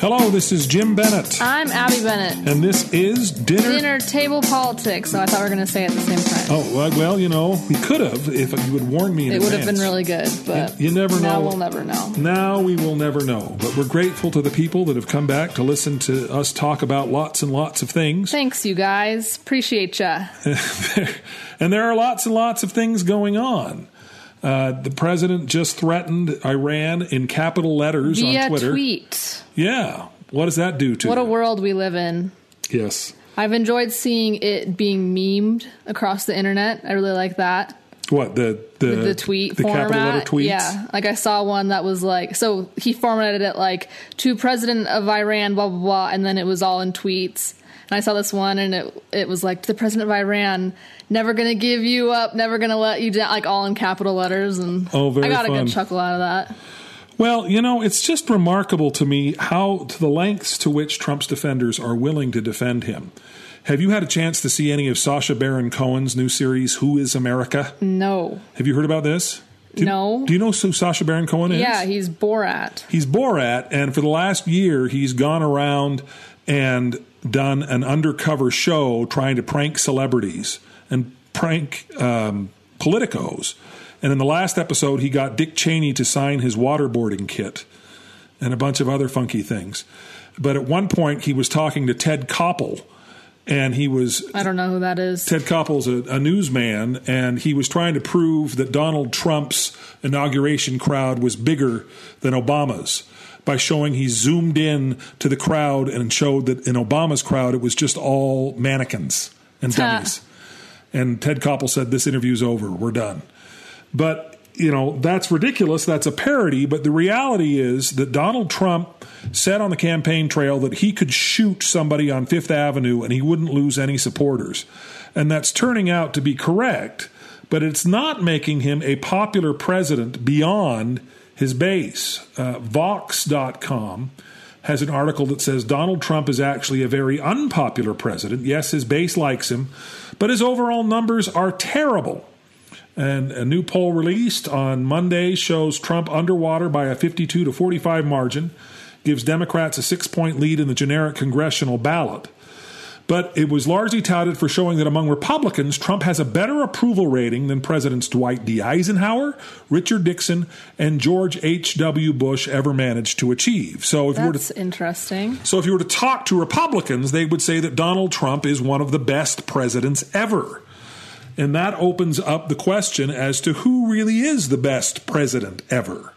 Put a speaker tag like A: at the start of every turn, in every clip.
A: Hello, this is Jim Bennett,
B: I'm Abby Bennett.
A: and this is Dinner.
B: Dinner table politics. So I thought we were going to say it at the same time.
A: Oh, well, well, you know, we could have if you would warn me in
B: it would have
A: Oh, advance.
B: been really good, but
A: You- you never
B: Now
A: know.
B: we'll never know.
A: Now we will never know, but we're grateful to the people that have come back to listen to us talk about lots and lots of things.
B: Thanks, you guys. Appreciate ya.
A: and there are lots and lots of things going on. Uh, the president just threatened Iran in capital letters
B: Via
A: on Twitter.
B: tweet.
A: Yeah. What does that do to
B: What a
A: you?
B: world we live in.
A: Yes.
B: I've enjoyed seeing it being memed across the internet. I really like that.
A: What the the,
B: the tweet
A: the
B: format.
A: capital letter tweets?
B: Yeah, like I saw one that was like, so he formatted it like to president of Iran, blah blah blah, and then it was all in tweets. And I saw this one, and it it was like to the president of Iran, never gonna give you up, never gonna let you down, like all in capital letters, and
A: Oh, very
B: I got a
A: fun.
B: good chuckle out of that.
A: Well, you know, it's just remarkable to me how to the lengths to which Trump's defenders are willing to defend him. Have you had a chance to see any of Sasha Baron Cohen's new series Who is America?
B: No,
A: Have you heard about this? Do,
B: No.
A: Do you know who Sasha Baron Cohen is?
B: yeah, he's Borat.
A: he's Borat, and for the last year, he's gone around and done an undercover show trying to prank celebrities and prank um, politicos. And in the last episode, he got Dick Cheney to sign his waterboarding kit and a bunch of other funky things. But at one point, he was talking to Ted Koppel, and he was
B: I don't know who that is.
A: Ted Koppel's a, a newsman, and he was trying to prove that Donald Trump's inauguration crowd was bigger than Obama's by showing he zoomed in to the crowd and showed that in Obama's crowd it was just all mannequins and dummies. and Ted Koppel said, "This interview's over. We're done." But you know that's ridiculous. That's a parody. But the reality is that Donald Trump said on the campaign trail that he could shoot somebody on Fifth Avenue and he wouldn't lose any supporters, and that's turning out to be correct. But it's not making him a popular president beyond his base. Uh, Vox.com has an article that says Donald Trump is actually a very unpopular president. Yes, his base likes him, but his overall numbers are terrible. And a new poll released on Monday shows Trump underwater by a 52 to 45 margin, gives Democrats a six point lead in the generic congressional ballot. But it was largely touted for showing that among Republicans, Trump has a better approval rating than Presidents Dwight D. Eisenhower, Richard Nixon, and George H.W. Bush ever managed to achieve. So if you were to
B: That's interesting.
A: so if you were to talk to Republicans, they would say that Donald Trump is one of the best presidents ever. And that opens up the question as to who really is the best president ever.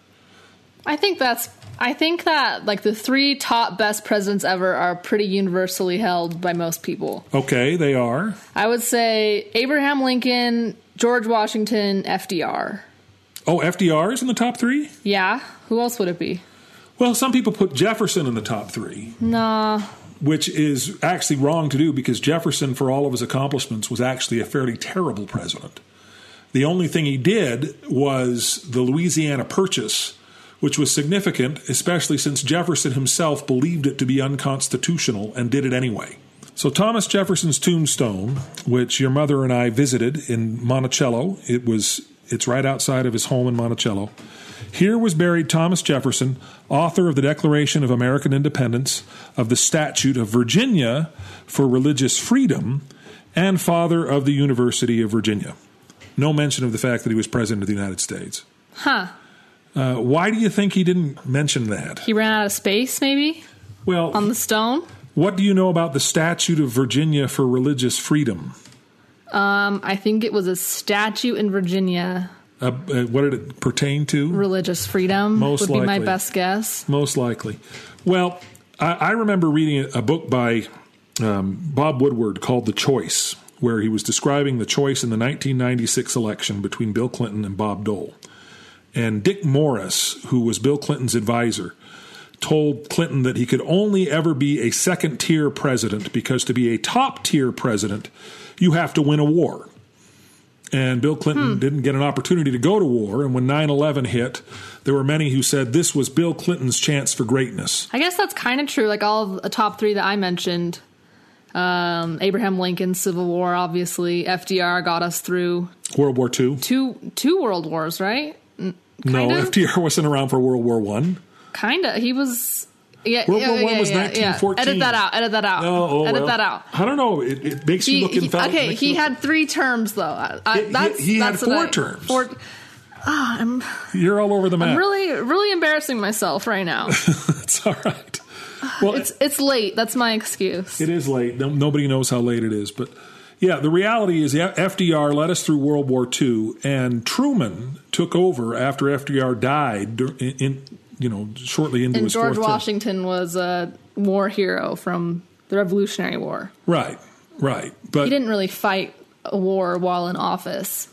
B: I think that's. I think that like the three top best presidents ever are pretty universally held by most people.
A: Okay, they are.
B: I would say Abraham Lincoln, George Washington, FDR.
A: Oh, FDR is in the top three?
B: Yeah. Who else would it be?
A: Well, some people put Jefferson in the top three,
B: Nah.
A: which is actually wrong to do because Jefferson, for all of his accomplishments, was actually a fairly terrible president. The only thing he did was the Louisiana Purchase, which was significant, especially since Jefferson himself believed it to be unconstitutional and did it anyway. So, Thomas Jefferson's tombstone, which your mother and I visited in Monticello, it was it's right outside of his home in Monticello. Here was buried Thomas Jefferson, author of the Declaration of American Independence, of the Statute of Virginia for Religious Freedom, and father of the University of Virginia. No mention of the fact that he was president of the United States.
B: Huh.
A: Uh, why do you think he didn't mention that?
B: He ran out of space, maybe?
A: Well,
B: On the stone?
A: what do you know about the Statute of Virginia for Religious Freedom?
B: Um, I think it was a statue in Virginia.
A: Uh, uh, what did it pertain to?
B: Religious freedom
A: Most
B: would be my
A: likely.
B: best guess.
A: Most likely. Well, I, I remember reading a book by um, Bob Woodward called The Choice, where he was describing the choice in the 1996 election between Bill Clinton and Bob Dole. And Dick Morris, who was Bill Clinton's advisor, told Clinton that he could only ever be a second tier president because to be a top tier president, you have to win a war and Bill Clinton
B: Hmm.
A: didn't get an opportunity to go to war. And when 9 11 hit, there were many who said this was Bill Clinton's chance for greatness.
B: I guess that's kind of true. Like all of the top three that I mentioned um, Abraham Lincoln, Civil War, obviously. FDR got us through
A: World War II?
B: two two world wars, right?
A: No,
B: Kinda.
A: FDR wasn't around for World War One.
B: Kinda. He was Yeah,
A: World
B: yeah,
A: War One
B: yeah,
A: was
B: yeah, yeah.
A: 1914.
B: Edit that out. Edit that out.
A: Oh, oh,
B: edit
A: well.
B: that out.
A: I don't know. It, it makes
B: He-
A: you look
B: he-
A: infallible.
B: okay, he had three terms though. I, I,
A: He- he-
B: that's,
A: he had
B: that's
A: four
B: what I-
A: terms.
B: Four, Ah, I'm
A: You're all over the map.
B: really, really embarrassing myself right now.
A: it's all right. Well,
B: Uh, It's it's late. That's my excuse.
A: It is late. No, nobody knows how late it is, but yeah, the reality is F- FDR led us through World War II, and Truman took over after FDR died dur- in, in you know shortly into
B: and
A: his
B: George
A: fourth term.
B: Washington was a war hero from the Revolutionary War.
A: Right, right, but
B: He didn't really fight a war while in office.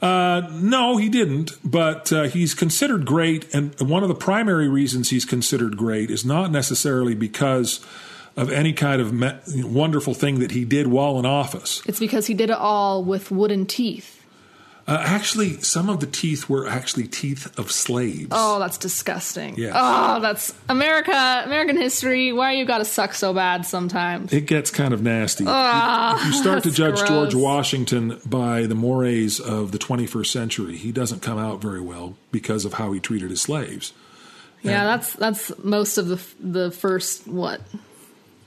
A: No, he didn't. But uh, he's considered great, and one of the primary reasons he's considered great is not necessarily because of any kind of me- wonderful thing that he did while in office.
B: It's because he did it all with wooden teeth.
A: Uh, actually, some of the teeth were actually teeth of slaves.
B: Oh, that's disgusting.
A: Yes.
B: Oh, that's America, American history. Why you gotta suck so bad sometimes?
A: It gets kind of nasty. if you start to
B: Ah, that's
A: judge George
B: gross.
A: Washington by the mores of the 21st century, he doesn't come out very well because of how he treated his slaves.
B: Yeah, that's that's most of the f- the first what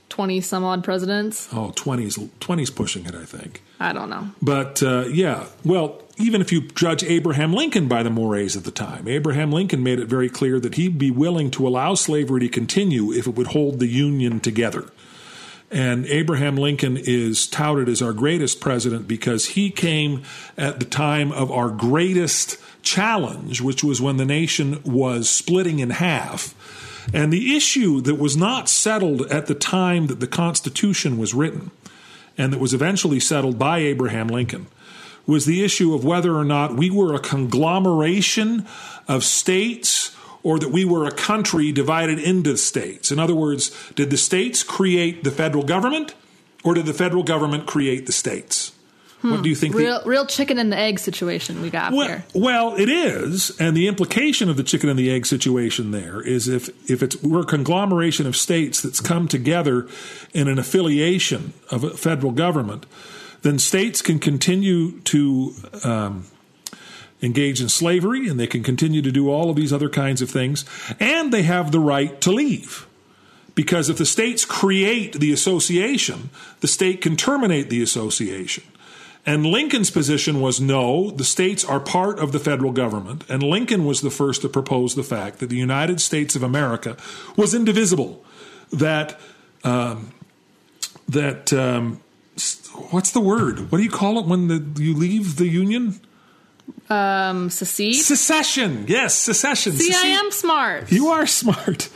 B: twenty some odd presidents.
A: Oh, 20s, 20s pushing it, I think.
B: I don't know.
A: But uh, yeah, well, even if you judge Abraham Lincoln by the mores of the time, Abraham Lincoln made it very clear that he'd be willing to allow slavery to continue if it would hold the Union together. And Abraham Lincoln is touted as our greatest president because he came at the time of our greatest challenge, which was when the nation was splitting in half. And the issue that was not settled at the time that the Constitution was written and that was eventually settled by Abraham Lincoln was the issue of whether or not we were a conglomeration of states or that we were a country divided into states. In other words, did the states create the federal government or did the federal government create the states? What do you think? the-
B: Real real chicken and the egg situation we got
A: well,
B: here.
A: well, it is, and the implication of the chicken and the egg situation there is if if it's we're a conglomeration of states that's come together in an affiliation of a federal government, then states can continue to um, engage in slavery, and they can continue to do all of these other kinds of things, and they have the right to leave. Because if the states create the association, the state can terminate the association. And Lincoln's position was no, the states are part of the federal government. And Lincoln was the first to propose the fact that the United States of America was indivisible. That, um, that, um, s- what's the word? What do you call it when the, you leave the Union?
B: Um, secede.
A: Secession. Yes, secession.
B: See, I
A: Secede-
B: am smart.
A: you are smart.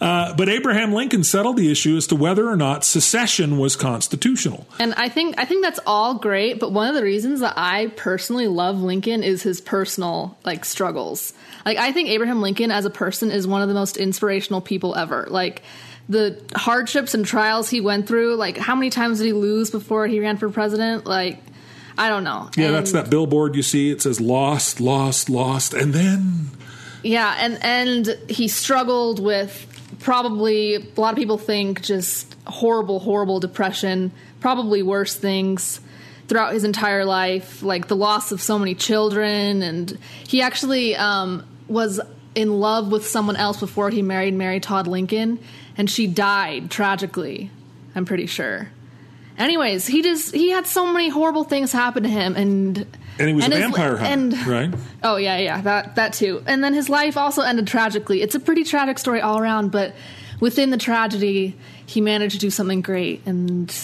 A: Uh, but Abraham Lincoln settled the issue as to whether or not secession was constitutional.
B: And I think I think that's all great, but one of the reasons that I personally love Lincoln is his personal like struggles. Like I think Abraham Lincoln as a person is one of the most inspirational people ever. Like the hardships and trials he went through, like how many times did he lose before he ran for president? Like I don't know.
A: Yeah,
B: And-
A: that's that billboard you see. It says lost, lost, lost, and then
B: Yeah, and and he struggled with probably a lot of people think just horrible, horrible depression, probably worse things throughout his entire life, like the loss of so many children, and he actually um, was in love with someone else before he married Mary Todd Lincoln, and she died tragically. I'm pretty sure. Anyways, he just he had so many horrible things happen to him, and
A: and he was a
B: his-
A: vampire hunter,
B: and-
A: right?
B: Oh yeah, yeah, that that too. And then his life also ended tragically. It's a pretty tragic story all around, but within the tragedy, he managed to do something great, and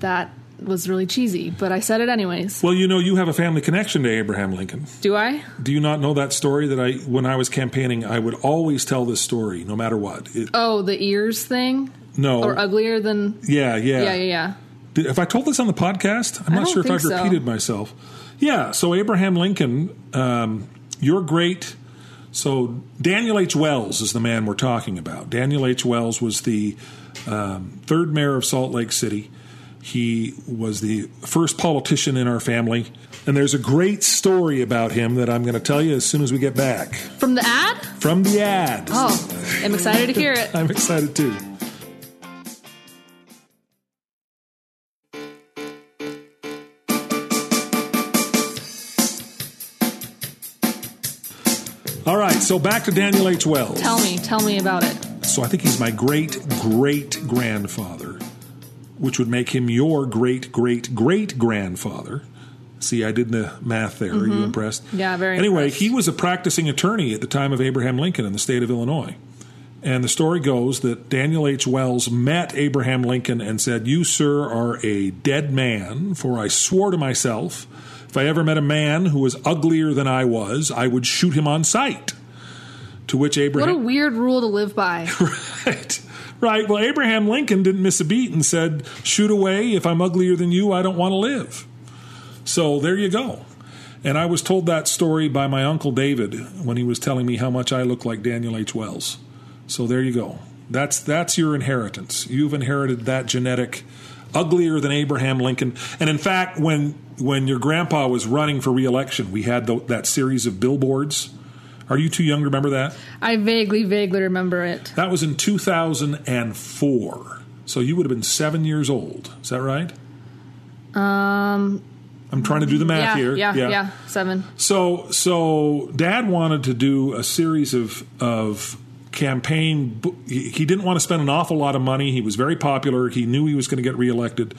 B: that was really cheesy. But I said it anyways.
A: Well, you know, you have a family connection to Abraham Lincoln.
B: Do I?
A: Do you not know that story that I, when I was campaigning, I would always tell this story, no matter what. It,
B: Oh, the ears thing,
A: no,
B: or uglier than
A: yeah, Oh. yeah,
B: yeah, yeah, yeah.
A: Did, have I told this on the podcast? I'm
B: I
A: not
B: don't
A: sure if
B: think
A: I've
B: so.
A: repeated myself. Yeah. So Abraham Lincoln, um, your great. So Daniel H. Wells is the man we're talking about. Daniel H. Wells was the um, third mayor of Salt Lake City. He was the first politician in our family. And there's a great story about him that I'm going to tell you as soon as we get back
B: From the ad?
A: from the ad.
B: Oh, I'm excited to hear it.
A: I'm excited too. All right, so back to Daniel H. Wells.
B: Tell me, tell me about it.
A: So I think he's my great great grandfather, which would make him your great great great grandfather. See, I did the math there. Are you impressed?
B: Mm-hmm. Yeah, very
A: Anyway,
B: impressed.
A: he was a practicing attorney at the time of Abraham Lincoln in the state of Illinois. And the story goes that Daniel H. Wells met Abraham Lincoln and said, You, sir, are a dead man, for I swore to myself, if I ever met a man who was uglier than I was, I would shoot him on sight. To which
B: What a
A: Abraham.
B: weird rule to live by.
A: right. Right. Well, Abraham Lincoln didn't miss a beat and said, Shoot away. If I'm uglier than you, I don't want to live. So there you go. And I was told that story by my Uncle David when he was telling me how much I look like Daniel H. Wells. So there you go. That's that's your inheritance. You've inherited that genetic uglier than Abraham Lincoln. And in fact, when when your grandpa was running for reelection, we had tho- that series of billboards. Are you too young to remember that?
B: I vaguely, vaguely remember it.
A: That was in 2004. So you would have been seven years old. Is that right? Um, I'm trying to do the math
B: Um, Yeah,
A: here.
B: yeah, yeah, Seven.
A: So, so Dad wanted to do a series of of campaign. bu- He he didn't want to spend an awful lot of money. He was very popular. He knew he was going to get reelected,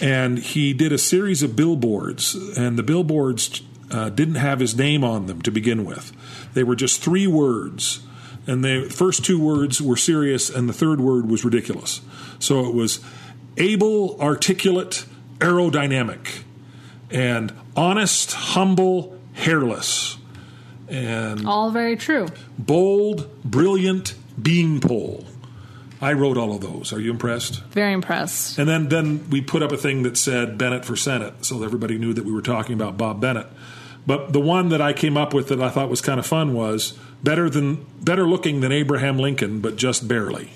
A: and he did a series of billboards. And the billboards uh, didn't have his name on them to begin with. They were just three words. And the first two words were serious, and the third word was ridiculous. So it was able, articulate, aerodynamic and honest, humble, hairless, and
B: All very true.
A: bold, brilliant, beanpole. I wrote all of those. Are you impressed?
B: Very impressed.
A: And then, then we put up a thing that said Bennett for Senate, so everybody knew that we were talking about Bob Bennett. But the one that I came up with that I thought was kind of fun was better than better looking than Abraham Lincoln, but just barely.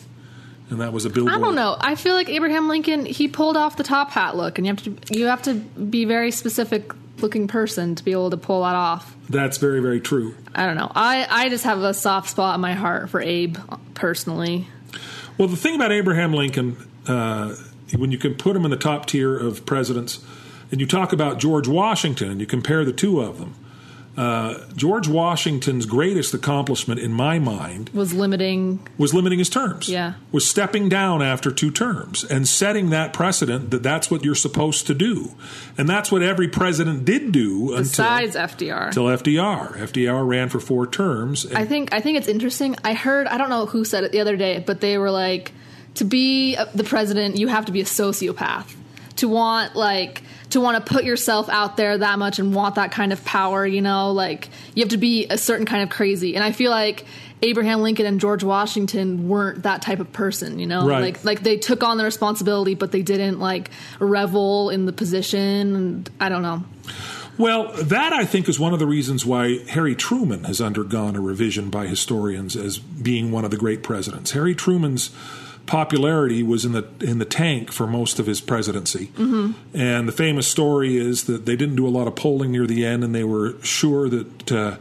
A: And that was a billboard.
B: I don't know. I feel like Abraham Lincoln. He pulled off the top hat look, and you have to you have to be very specific looking person to be able to pull that off.
A: That's very, very true.
B: I don't know. I I just have a soft spot in my heart for Abe personally.
A: Well, the thing about Abraham Lincoln, uh, when you can put him in the top tier of presidents, and you talk about George Washington and you compare the two of them, uh, George Washington's greatest accomplishment, in my mind,
B: Was limiting.
A: was limiting his terms.
B: Yeah.
A: Was stepping down after two terms and setting that precedent that that's what you're supposed to do. And that's what every president did do until,
B: Besides FDR,
A: until FDR. FDR ran for four terms. and-
B: I think I think it's interesting. I heard I don't know who said it the other day, but they were like, to be uh, the president, you have to be a sociopath. To want like to want to put yourself out there that much and want that kind of power, you know, like you have to be a certain kind of crazy. And I feel like Abraham Lincoln and George Washington weren't that type of person, you know,
A: Right.
B: like like they took on the responsibility, but they didn't like revel in the position. And I don't know.
A: Well, that I think is one of the reasons why Harry Truman has undergone a revision by historians as being one of the great presidents. Harry Truman's popularity was in the in the tank for most of his presidency, and the famous story is that they didn't do a lot of polling near the end, and they were sure that. Uh,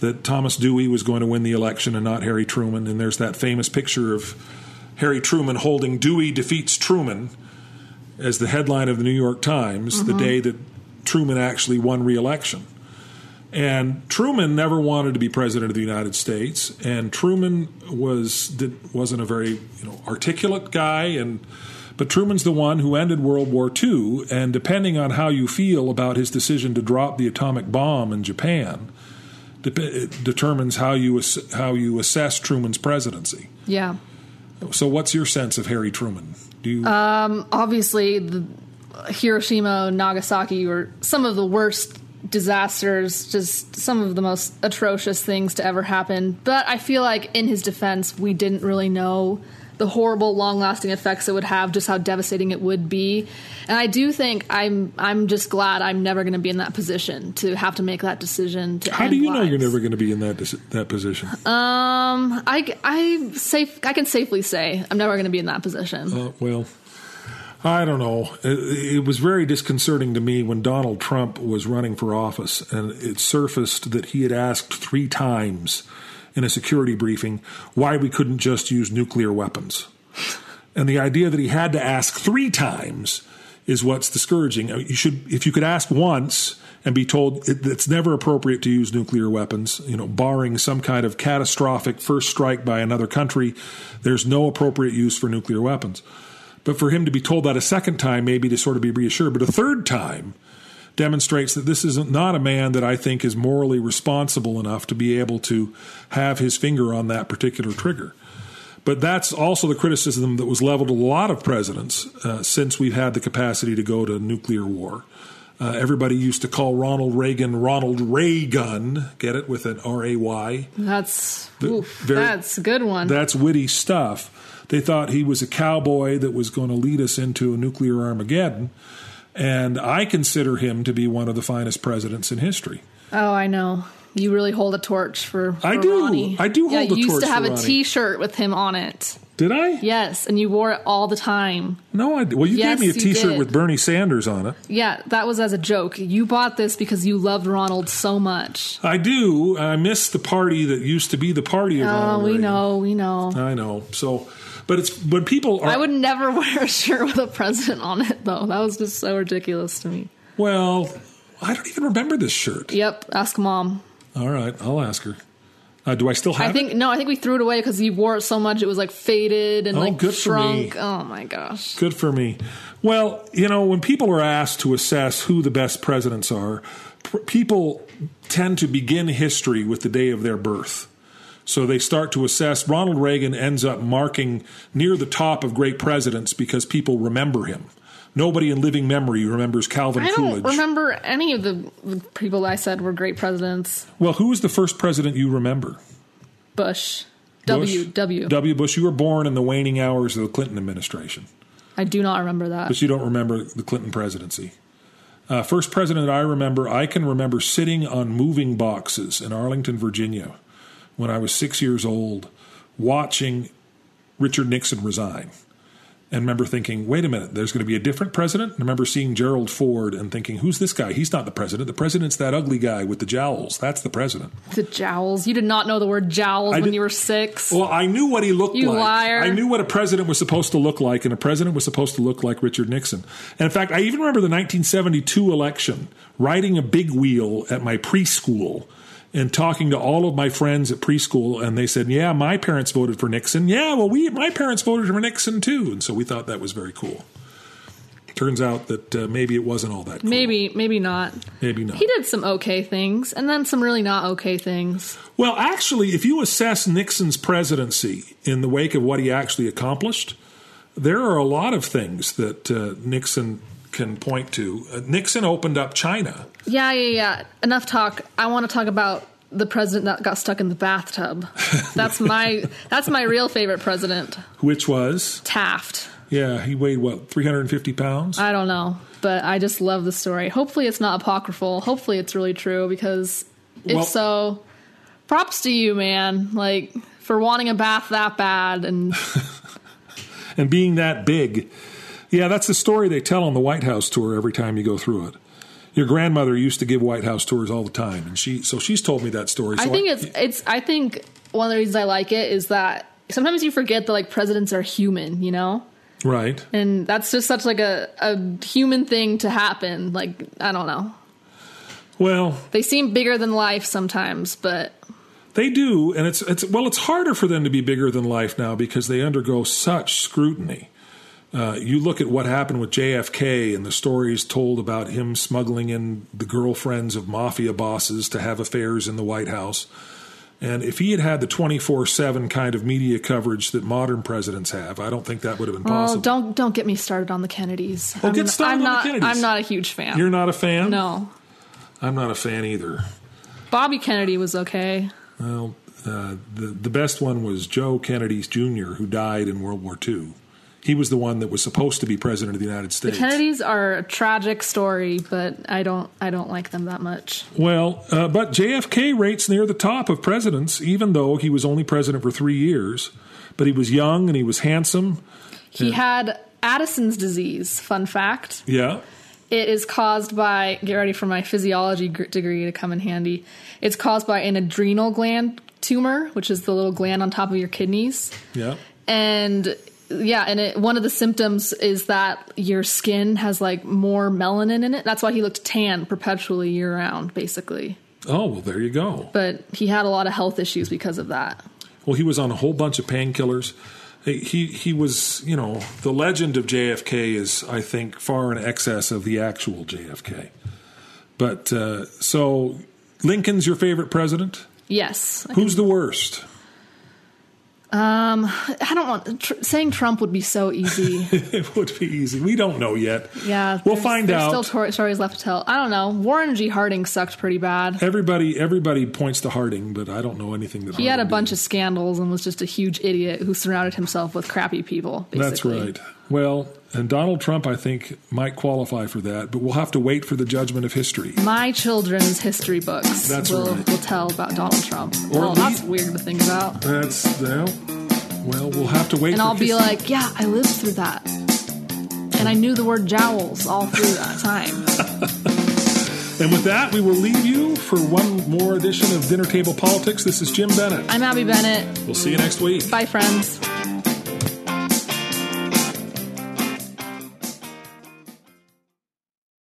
A: that Thomas Dewey was going to win the election and not Harry Truman, and there's that famous picture of Harry Truman holding Dewey defeats Truman as the headline of the New York Times the day that Truman actually won re-election. And Truman never wanted to be president of the United States, and Truman was did, wasn't a very you know articulate guy, and but Truman's the one who ended World War II, and depending on how you feel about his decision to drop the atomic bomb in Japan, dep it determines how you ass- how you assess Truman's presidency.
B: Yeah.
A: So, what's your sense of Harry Truman? Do you
B: obviously the Hiroshima, Nagasaki were some of the worst disasters, just some of the most atrocious things to ever happen. But I feel like in his defense, we didn't really know the horrible long-lasting effects it would have, just how devastating it would be. And I do think I'm I'm just glad I'm never going to be in that position to have to make that decision to
A: how
B: end
A: do you know you're
B: lives.
A: never going to be in that dis- that position?
B: Um I I safe I can safely say I'm never going to be in that position.
A: Uh, well, I don't know. It, it was very disconcerting to me when Donald Trump was running for office, and it surfaced that he had asked three times in a security briefing why we couldn't just use nuclear weapons. And the idea that he had to ask three times is what's discouraging. I mean, You should, if you could ask once and be told it, it's never appropriate to use nuclear weapons, you know, barring some kind of catastrophic first strike by another country, there's no appropriate use for nuclear weapons. But for him to be told that a second time, maybe to sort of be reassured, but a third time demonstrates that this is not a man that I think is morally responsible enough to be able to have his finger on that particular trigger. But that's also the criticism that was leveled at a lot of presidents uh, since we've had the capacity to go to nuclear war. Uh, everybody used to call Ronald Reagan Ronald Ray Gun, get it, with an R A Y.
B: That's oof,
A: very-
B: that's a good one.
A: That's witty stuff. They thought he was a cowboy that was going to lead us into a nuclear Armageddon. And I consider him to be one of the finest presidents in history.
B: oh, I know. You really hold a torch for.
A: I
B: for
A: do.
B: Ronnie.
A: I do
B: Yeah,
A: hold a
B: you used
A: torch
B: to
A: for
B: have a
A: Ronnie.
B: T-shirt with him on it.
A: Did I?
B: Yes, and you wore it all the time.
A: No, I. Well, you gave
B: Yes,
A: me a
B: you
A: T-shirt
B: did.
A: with Bernie Sanders on it.
B: Yeah, that was as a joke. You bought this because you loved Ronald so much.
A: I do. I miss the party that used to be the party of.
B: Oh,
A: Ronald
B: we
A: Reagan.
B: know, we know.
A: I know. So, but it's when people are.
B: I would never wear a shirt with a president on it, though. That was just so ridiculous to me.
A: well, I don't even remember this shirt.
B: Yep, ask mom.
A: All right, I'll ask her. Uh, do I still have
B: I think no, I think we threw it away because he wore it so much it was like faded and
A: Oh,
B: like
A: good for
B: shrunk. Oh my gosh!
A: it? Good for me. Well, you know, when people are asked to assess who the best presidents are, pr- people tend to begin history with the day of their birth. So they start to assess. Ronald Reagan ends up marking near the top of great presidents because people remember him. Nobody in living memory remembers Calvin
B: I don't
A: Coolidge.
B: remember any of the the people I said were great presidents.
A: well, who was the first president you remember?
B: Bush,
A: Bush?
B: W, W.
A: W. Bush. You were born in the waning hours of the Clinton administration,
B: I do not remember that.
A: but you don't remember the Clinton presidency. Uh, first president I remember, I can remember sitting on moving boxes in Arlington, Virginia, when I was six years old, watching Richard Nixon resign. And remember thinking, wait a minute, there's going to be a different president? And I remember seeing Gerald Ford and thinking, who's this guy? He's not the president. The president's that ugly guy with the jowls. That's the president.
B: The jowls. You did not know the word jowls
A: I
B: when
A: did-
B: you were six.
A: Well, I knew what he looked
B: You
A: like.
B: liar.
A: I knew what a president was supposed to look like, and a president was supposed to look like Richard Nixon. And in fact, I even remember the 1972 election, riding a big wheel at my preschool and talking to all of my friends at preschool and they said yeah my parents voted for nixon yeah well we my parents voted for nixon too and so we thought that was very cool turns out that uh, maybe it wasn't all that cool.
B: maybe, maybe not.
A: maybe not
B: He did some okay things, and then some really not okay things.
A: Well, actually, if you assess Nixon's presidency in the wake of what he actually accomplished, there are a lot of things that uh, Nixon can point to. Uh, Nixon opened up China.
B: Yeah, yeah, yeah. Enough talk. I want to talk about the president that got stuck in the bathtub. That's my that's my real favorite president,
A: Which was,
B: Taft.
A: yeah, he weighed what, 350 pounds?
B: I don't know, but I just love the story. Hopefully it's not apocryphal. Hopefully it's really true because if
A: Well-
B: so, props to you, man. Like for wanting a bath that bad and
A: and being that big. Yeah, that's the story they tell on the White House tour every time you go through it. Your grandmother used to give White House tours all the time, and she so she's told me that story. So
B: I think it's it's I think one of the reasons I like it is that sometimes you forget that like presidents are human, you know?
A: right.
B: and that's just such like a, a human thing to happen like i don't know
A: Well,
B: they seem bigger than life sometimes but
A: They do, and it's it's well, it's harder for them to be bigger than life now because they undergo such scrutiny. Uh, you look at what happened with JFK and the stories told about him smuggling in the girlfriends of mafia bosses to have affairs in the White House. And if he had had the 24 7 kind of media coverage that modern presidents have, I don't think that would have been
B: well
A: possible.
B: don't don't get me started on the kennedys
A: Well,
B: I'm,
A: get started
B: I'm
A: on the
B: not
A: Kennedys.
B: i'm not a huge fan
A: You're not a fan?
B: no
A: I'm not a fan either.
B: bobby kennedy was okay
A: Well, uh, the the best one was Joe Kennedy Jr., who died in World War II. He was the one that was supposed to be president of the United States.
B: kennedys are a tragic story but i don't i don't like them that much
A: well, uh, but JFK rates near the top of presidents, even though he was only president for three years. But he was young and he was handsome.
B: he had addison's disease fun fact
A: Yeah.
B: It is caused by, get ready for my physiology gr- degree to come in handy. It's caused by an adrenal gland tumor, which is the little gland on top of your kidneys.
A: Yeah.
B: And yeah, and it, one of the symptoms is that your skin has like more melanin in it. That's why he looked tan perpetually year round, basically.
A: Oh, well, there you go.
B: But he had a lot of health issues because of that.
A: Well, he was on a whole bunch of painkillers. He, he he was, you know, the legend of JFK is, I think, far in excess of the actual JFK. But uh, so Lincoln's your favorite president.
B: Yes,
A: Who's the worst?
B: I don't want tr- saying Trump would be so easy.
A: it would be easy. We don't know yet.
B: Yeah,
A: we'll
B: there's-
A: find
B: there's
A: out.
B: Still tor- stories left to tell. I don't know. Warren G. Harding sucked pretty bad.
A: everybody everybody points to Harding, but I don't know anything that
B: He had a bunch of scandals and was just a huge idiot who surrounded himself with crappy people.
A: That's
B: Basically.
A: right. Well, and Donald Trump, I think, might qualify for that, but we'll have to wait for the judgment of history.
B: My children's history books
A: That's
B: will,
A: right.
B: will tell about Donald Trump.
A: Or
B: oh,
A: at
B: that's
A: least-
B: weird to think about.
A: That's well, well, we'll have to wait.
B: And
A: for
B: I'll be
A: his-
B: like, yeah, I lived through that. And I knew the word jowls all through that time.
A: and with that, we will leave you for one more edition of Dinner Table Politics. This is Jim Bennett.
B: I'm Abby Bennett.
A: We'll see you next week.
B: Bye, friends.